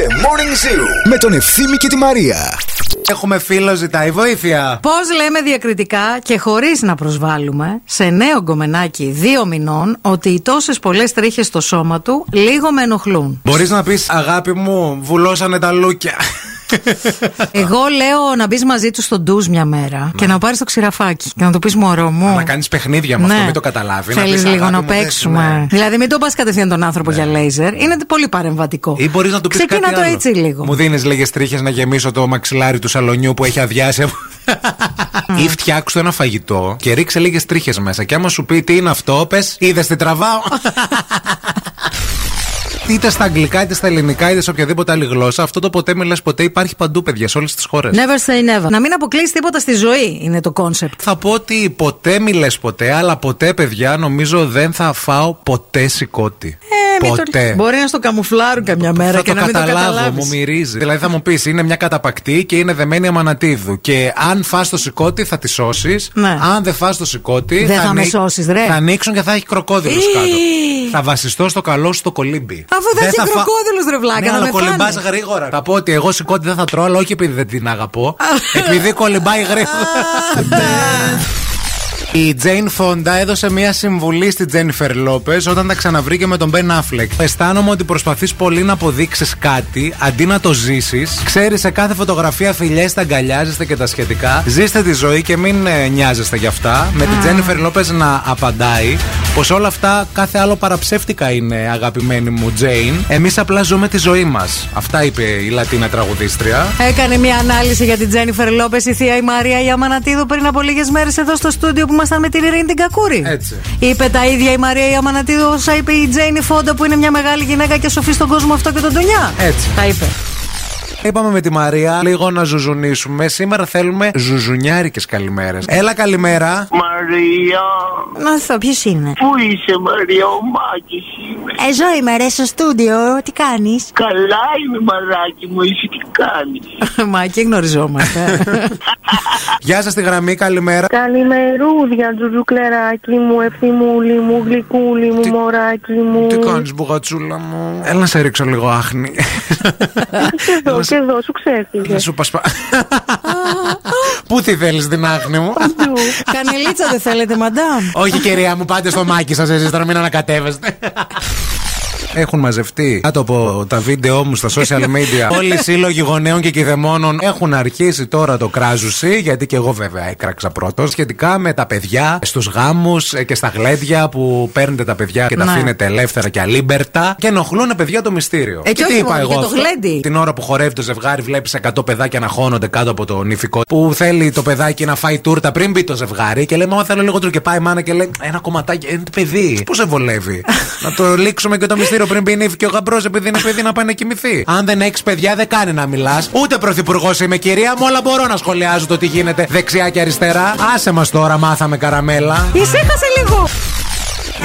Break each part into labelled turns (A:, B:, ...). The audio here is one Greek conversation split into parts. A: The Morning Zoo με τον Ευθύμη και τη Μαρία.
B: Έχουμε φίλο, ζητάει βοήθεια.
C: Πώς λέμε διακριτικά και χωρίς να προσβάλλουμε σε νέο γκομενάκι δύο μηνών ότι οι τόσες πολλές τρίχες στο σώμα του λίγο με ενοχλούν.
B: Μπορείς να πεις αγάπη μου, βουλώσανε τα λούκια.
C: Εγώ λέω να μπεις μαζί τους στο ντουζ μια μέρα και να πάρεις το ξηραφάκι και να του πεις μωρό μου.
B: Ναι. Να κάνεις παιχνίδια με αυτό, μην το καταλάβει. να
C: Θέλεις
B: πεις,
C: Ναι. λίγο
B: «Αγάπη
C: να
B: μου, δεν Ναι.
C: παίξουμε.
B: σημαίνει». Ναι.
C: Δηλαδή, μην το πας κατευθείαν τον άνθρωπο για λέιζερ. Είναι πολύ παρεμβατικό.
B: Ή μπορείς να του πεις κάτι
C: Ξεκίνα το
B: άλλο.
C: έτσι λίγο.
B: Μου δίνεις λίγες τρίχες να γεμίσω το μαξιλάρι του σαλονιού που έχει αδειάσει. από- Ή φτιάξου ένα φαγητό και ρίξε λίγες τρίχες μέσα. Και άμα σου πει τι είναι αυτό, πες είδες τι τραβάω. είτε στα αγγλικά, είτε στα ελληνικά, είτε σε οποιαδήποτε άλλη γλώσσα, αυτό το ποτέ μιλά ποτέ υπάρχει παντού, παιδιά, σε όλες τις χώρες.
C: Never say never. Να μην αποκλείσεις τίποτα στη ζωή είναι το κόνσεπτ.
B: Θα πω ότι ποτέ μη λες ποτέ, αλλά ποτέ, παιδιά, νομίζω δεν θα φάω ποτέ σηκώτη.
C: Ε, μην το-
B: ποτέ.
C: Μπορεί να στο καμουφλάρουν καμιά μέρα
B: θα
C: και
B: το
C: να μην το
B: καταλάβω,
C: καταλάβεις.
B: μου μυρίζει. Δηλαδή θα μου πεις, είναι μια καταπακτή και είναι δεμένη αμανατίδου. Και αν φας το σηκώτη θα τη σώσεις.
C: Ναι.
B: Αν δεν φας το σηκώτη.
C: Δεν θα με
B: ανοί-
C: σώσεις, ρε.
B: Θα ανοίξουν και θα έχει κροκόδηλους
C: Ή.
B: κάτω. Θα βασιστώ στο καλό σου το κολύμπι.
C: Αφού θα έχει κροκόδιλους, ρε βλάκα,
B: Ναι,
C: θα
B: αλλά
C: με
B: κολυμπάς
C: φάνε.
B: γρήγορα. Θα πω ότι εγώ σηκώτη δεν θα τρώω, αλλά όχι επειδή δεν την αγαπώ. επειδή κολυμπάει γρήγορα. Η Τζέιν Φόντα έδωσε μία συμβουλή στην Τζένιφερ Λόπες όταν τα ξαναβρήκε με τον Μπεν Αφλεκ. Αισθάνομαι ότι προσπαθείς πολύ να αποδείξεις κάτι αντί να το ζήσεις. Ξέρεις σε κάθε φωτογραφία φιλιές, τα αγκαλιάζεστε και τα σχετικά. Ζήστε τη ζωή και μην ε, νοιάζεστε γι' αυτά. Με την Τζένιφερ Λόπες να απαντάει πως όλα αυτά κάθε άλλο παραψεύτικα είναι, αγαπημένη μου Τζέιν. Εμείς απλά ζούμε τη ζωή μας. Αυτά είπε η Λατίνα τραγουδίστρια.
C: Έκανε μια ανάλυση για την Τζένιφερ Λόπες, η θεία η Μαρία η Αμανατίδου πριν από λίγες μέρες εδώ στο στούντιο που ήμασταν με την Ειρήνη την Κακούρη.
B: Έτσι.
C: Είπε τα ίδια η Μαρία η Αμανατίδου όσα είπε η Τζέινι Φόντα που είναι μια μεγάλη γυναίκα και σοφή στον κόσμο αυτό και τον τονιά.
B: Έτσι.
C: Τα είπε.
B: Είπαμε με τη Μαρία λίγο να ζουζουνίσουμε. Σήμερα θέλουμε ζουζουνιάρικες καλημέρες. Έλα καλημέρα.
D: Μαρία,
C: Να δω ποιος είναι.
D: πού είσαι Μαρία, ο Μάκης είμαι.
C: Εδώ Ε, είμαι ρε στο στούντιο, τι κάνεις.
D: Καλά είμαι μαράκι μου, εσύ τι κάνεις.
C: Μα και γνωριζόμαστε.
B: Γεια σας τη γραμμή, καλημέρα.
E: Καλημερούδια, τζουτζουκλεράκι μου, ευθυμούλη μου, γλυκούλη μου,
B: Τι-
E: μωράκι μου.
B: Τι κάνεις, μπουγατσούλα μου. Έλα να σε ρίξω λίγο άχνη.
E: Εδώ και εδώ σου ξέφυγε.
B: Να σου πασπα. Πού τη θέλεις την άχνη μου.
C: Κανελίτσα δεν θέλετε, μαντάμ.
B: Όχι, κυρία μου, πάτε στο μάκι σας, εσείς τώρα μην ανακατεύεστε. Έχουν μαζευτεί κάτω από τα βίντεο μου στα social media. Όλοι οι σύλλογοι γονέων και κηδεμόνων έχουν αρχίσει τώρα το κράζουσι, γιατί και εγώ βέβαια έκραξα πρώτος. Σχετικά με τα παιδιά στους γάμους και στα γλέδια που παίρνετε τα παιδιά και τα
C: Ναι.
B: αφήνετε ελεύθερα και αλίμπερτα και ενοχλούν παιδιά το μυστήριο.
C: Ε, και όχι μόνο, και το
B: αυτό?
C: γλέντι.
B: Την ώρα που χορεύει το ζευγάρι, βλέπεις 100 παιδάκια να χώνονται κάτω από το νηφικό. Που θέλει το παιδάκι να φάει τούρτα πριν μπει το ζευγάρι και λέει: Μα θέλω λίγο τουρκεπά η μάνα και λέει: Ένα κομματάκι, είναι παιδί. Πού σε βολεύει. να το λήξουμε και το μυστήριο πριν μπει νύφη και ο γαμπρός επειδή είναι παιδί να πάει να κοιμηθεί. Αν δεν έχεις παιδιά, δεν κάνει να μιλάς. Ούτε πρωθυπουργός είμαι, κυρία μου, αλλά μπορώ να σχολιάζω το τι γίνεται δεξιά και αριστερά. Άσε μας τώρα, μάθαμε καραμέλα.
C: Ησύχασε λίγο.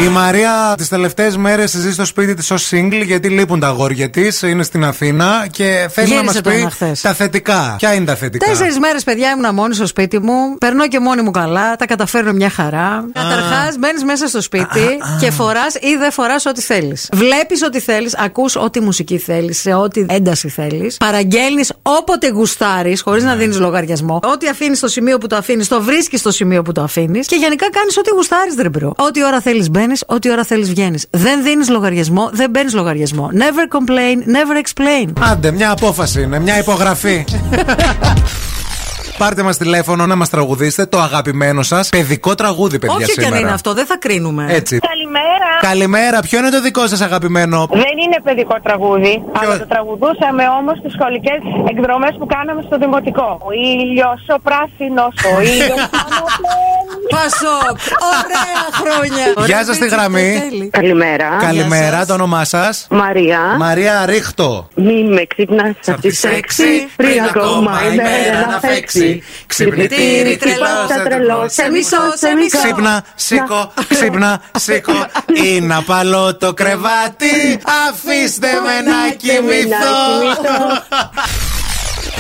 B: Η Μαρία τις τελευταίες μέρες ζει στο σπίτι της ως single γιατί λείπουν τα αγόρια της. Είναι στην Αθήνα και θέλει να
C: Γύρισε
B: μα
C: τώρα
B: πει
C: χθες.
B: τα θετικά. Ποια είναι τα θετικά.
C: Τέσσερις μέρες, παιδιά, ήμουν μόνη στο σπίτι μου. Περνώ και μόνη μου καλά. Τα καταφέρνω μια χαρά. Καταρχάς, μπαίνεις μέσα στο σπίτι και φοράς ή δεν φοράς ό,τι θέλεις. Βλέπεις ό,τι θέλεις, ακούς ό,τι μουσική θέλεις, σε ό,τι ένταση θέλεις. Παραγγέλνεις όποτε γουστάρεις, χωρίς
B: Ναι.
C: να δίνεις λογαριασμό. Ό,τι αφήνεις στο σημείο που το αφήνεις, το βρίσκεις στο σημείο που το αφήνεις. Και γενικά κάνεις ό,τι γουστάρεις, δεν μπρο. Ό,τι ώρα θέλεις μπαίνεις, ό,τι ώρα θέλεις βγαίνεις. Δεν δίνεις λογαριασμό, δεν παίρνεις λογαριασμό. Never complain, never explain.
B: Άντε, μια απόφαση είναι, μια υπογραφή. Πάρτε μας τηλέφωνο να μας τραγουδήσετε το αγαπημένο σας παιδικό τραγούδι, παιδιά.
C: Όποιο και αν
B: σήμερα. Ε,
C: είναι αυτό, δεν θα κρίνουμε.
B: Έτσι.
E: Καλημέρα.
B: Καλημέρα, ποιο είναι το δικό σας αγαπημένο.
E: Δεν είναι παιδικό τραγούδι, αλλά το τραγουδούσαμε όμως στις σχολικές εκδρομές που κάναμε στο δημοτικό. Ο ήλιος ο πράσινος, ο ήλιος
C: Πασόκ. Ωραία χρόνια.
B: Γεια σας, τη γραμμή.
F: Καλημέρα.
B: Καλημέρα,
C: σας.
B: το όνομά σας.
F: Μαρία,
B: Μαρία Ρίχτο.
F: μην με ξυπνάς από τι 6 πριν ακόμα η μέρα να φέξει.
C: Ξυπνητήρι, τρελός,
F: Ξυπνά, τρελό, σε μισό, σε μισό.
B: Ξύπνα, σήκω, ξύπνα, σήκω Ή να παλώ το κρεβάτι Αφήστε με να
F: Να
B: κοιμηθώ
F: κοιμηθώ.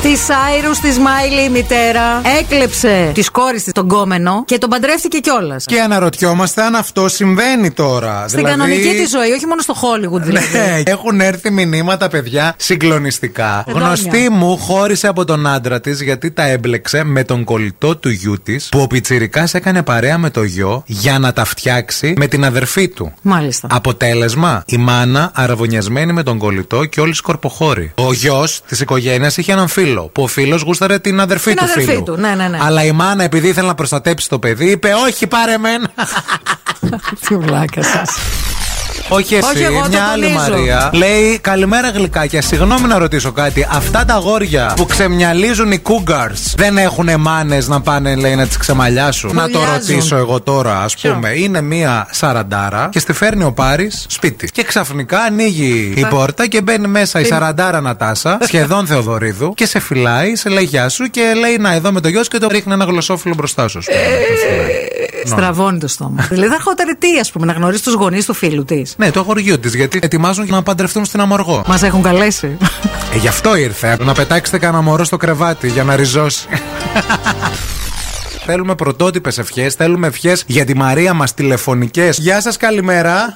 C: Τη Άιρους της Μάιλι η μητέρα έκλεψε τη κόρη της τον κόμενο και τον παντρεύτηκε κιόλας.
B: Και αναρωτιόμαστε αν αυτό συμβαίνει τώρα. Δηλαδή,
C: Στην κανονική της ζωή, όχι μόνο στο Hollywood δηλαδή.
B: Ναι, έχουν έρθει μηνύματα, παιδιά, συγκλονιστικά.
C: Εντόνια.
B: Γνωστή μου χώρισε από τον άντρα της γιατί τα έμπλεξε με τον κολλητό του γιού της που ο Πιτσυρικά έκανε παρέα με το γιο για να τα φτιάξει με την αδερφή του.
C: Μάλιστα.
B: Αποτέλεσμα, η μάνα αραβωνιασμένη με τον κολλητό και όλοι σκορποχώροι. Ο γιος της οικογένειας είχε έναν φίλο που ο φίλος γούσταρε την αδερφή
C: Την
B: του
C: αδερφή
B: φίλου.
C: του, ναι, ναι, ναι.
B: Αλλά η μάνα, επειδή ήθελε να προστατέψει το παιδί, είπε: Όχι, πάρε εμένα.
C: Τι βλάκα σας.
B: Όχι εσύ,
C: Όχι, εγώ το
B: μια άλλη
C: τονίζω.
B: Μαρία. Λέει καλημέρα γλυκάκια. Συγγνώμη να ρωτήσω κάτι. Αυτά τα αγόρια που ξεμυαλίζουν οι cougars δεν έχουν μάνες να πάνε, λέει, να τις ξεμαλιάσουν. Να το
C: Μουλιάζουν.
B: ρωτήσω εγώ τώρα, ας πούμε. Είναι μία σαραντάρα και στη φέρνει ο Πάρης σπίτι. Και ξαφνικά ανοίγει η πόρτα και μπαίνει μέσα η σαραντάρα Νατάσα, σχεδόν Θεοδωρίδου, και σε φυλάει, σε λέει γεια σου και λέει να εδώ με το γιο σου και το ρίχνει ένα γλωσσόφυλλο μπροστά σου. ας πούμε. Σε
C: Ε.
B: φυλάει.
C: Στραβώνει το στόμα. δηλαδή θα ερχόταν τι, ας πούμε, να γνωρίσει τους γονείς του φίλου της.
B: Ναι, το αγοριό της, γιατί ετοιμάζουν να παντρευτούν στην αμοργό.
C: Μας έχουν καλέσει.
B: Ε, γι' αυτό ήρθε. Να πετάξετε κανένα μωρό στο κρεβάτι για να ριζώσει. θέλουμε πρωτότυπες ευχές, θέλουμε ευχές για τη Μαρία μας τηλεφωνικές. Γεια σας, καλημέρα.
E: Καλημέρα.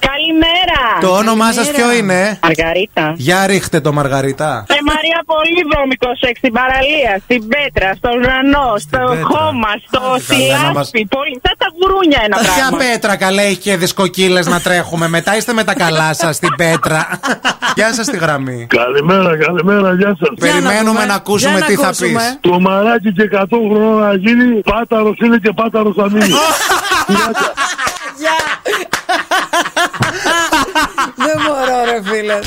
B: Το όνομά σας ποιο είναι.
E: Μαργαρίτα.
B: Για ρίχτε το Μαργαριτά.
E: Ε, Μαρία, πολύ βρώμικο σεξ στην παραλία, στην πέτρα, στο ουρανό, στο
B: πέτρα.
E: χώμα, στο
B: Άντε καλά, να μας-
E: σιλάσπι. Πολύ... Σαν τα γουρούνια ένα
B: Ποια
E: πράγμα.
B: πέτρα καλέ έχει και δισκοκύλες να τρέχουμε. Μετά είστε με τα καλά σας στην πέτρα. Γεια σας τη γραμμή.
D: Καλημέρα, καλημέρα, γεια σας.
C: Για να
B: Περιμένουμε
C: δούμε.
B: να ακούσουμε
C: Για να
B: τι θα πει.
C: ακούσουμε.
D: Το μαράκι και 100 χρονών να γίνει, πάταρος είναι και πάταρος θα μείνει.
C: Δεν μπορώ, ρε φίλε.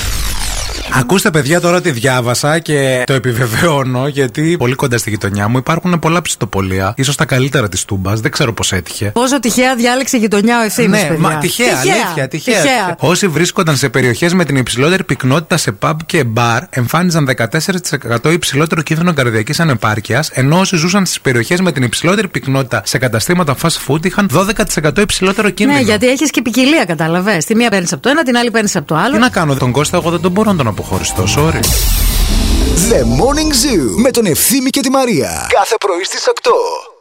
B: Ακούστε, παιδιά, τώρα τη διάβασα και το επιβεβαιώνω γιατί πολύ κοντά στη γειτονιά μου υπάρχουν πολλά ψητοπολία. ίσως τα καλύτερα της Τούμπας. Δεν ξέρω πώς έτυχε.
C: Πόσο τυχαία διάλεξε η γειτονιά ο ευθύνη.
B: Ναι, μα τυχαία, αλήθεια, τυχαία. Όσοι βρίσκονταν σε περιοχές με την υψηλότερη πυκνότητα σε pub και μπαρ εμφάνιζαν 14% υψηλότερο κίνδυνο καρδιακής ανεπάρκειας, ενώ όσοι ζούσαν στις περιοχές με την υψηλότερη πυκνότητα σε καταστήματα fast food είχαν 12% υψηλότερο κίνδυνο.
C: Ναι, γιατί έχεις και ποικιλία, κατάλαβες. Τη μία παίρνεις από το ένα, την άλλη παίρνεις από το άλλο.
B: Τι να κάνω, τον Κώστα, εγώ δεν τον μπορώ να τον αποχωριστώ, sorry.
A: The Morning Zoo με τον Ευθύμη και τη Μαρία. Κάθε πρωί στις 8.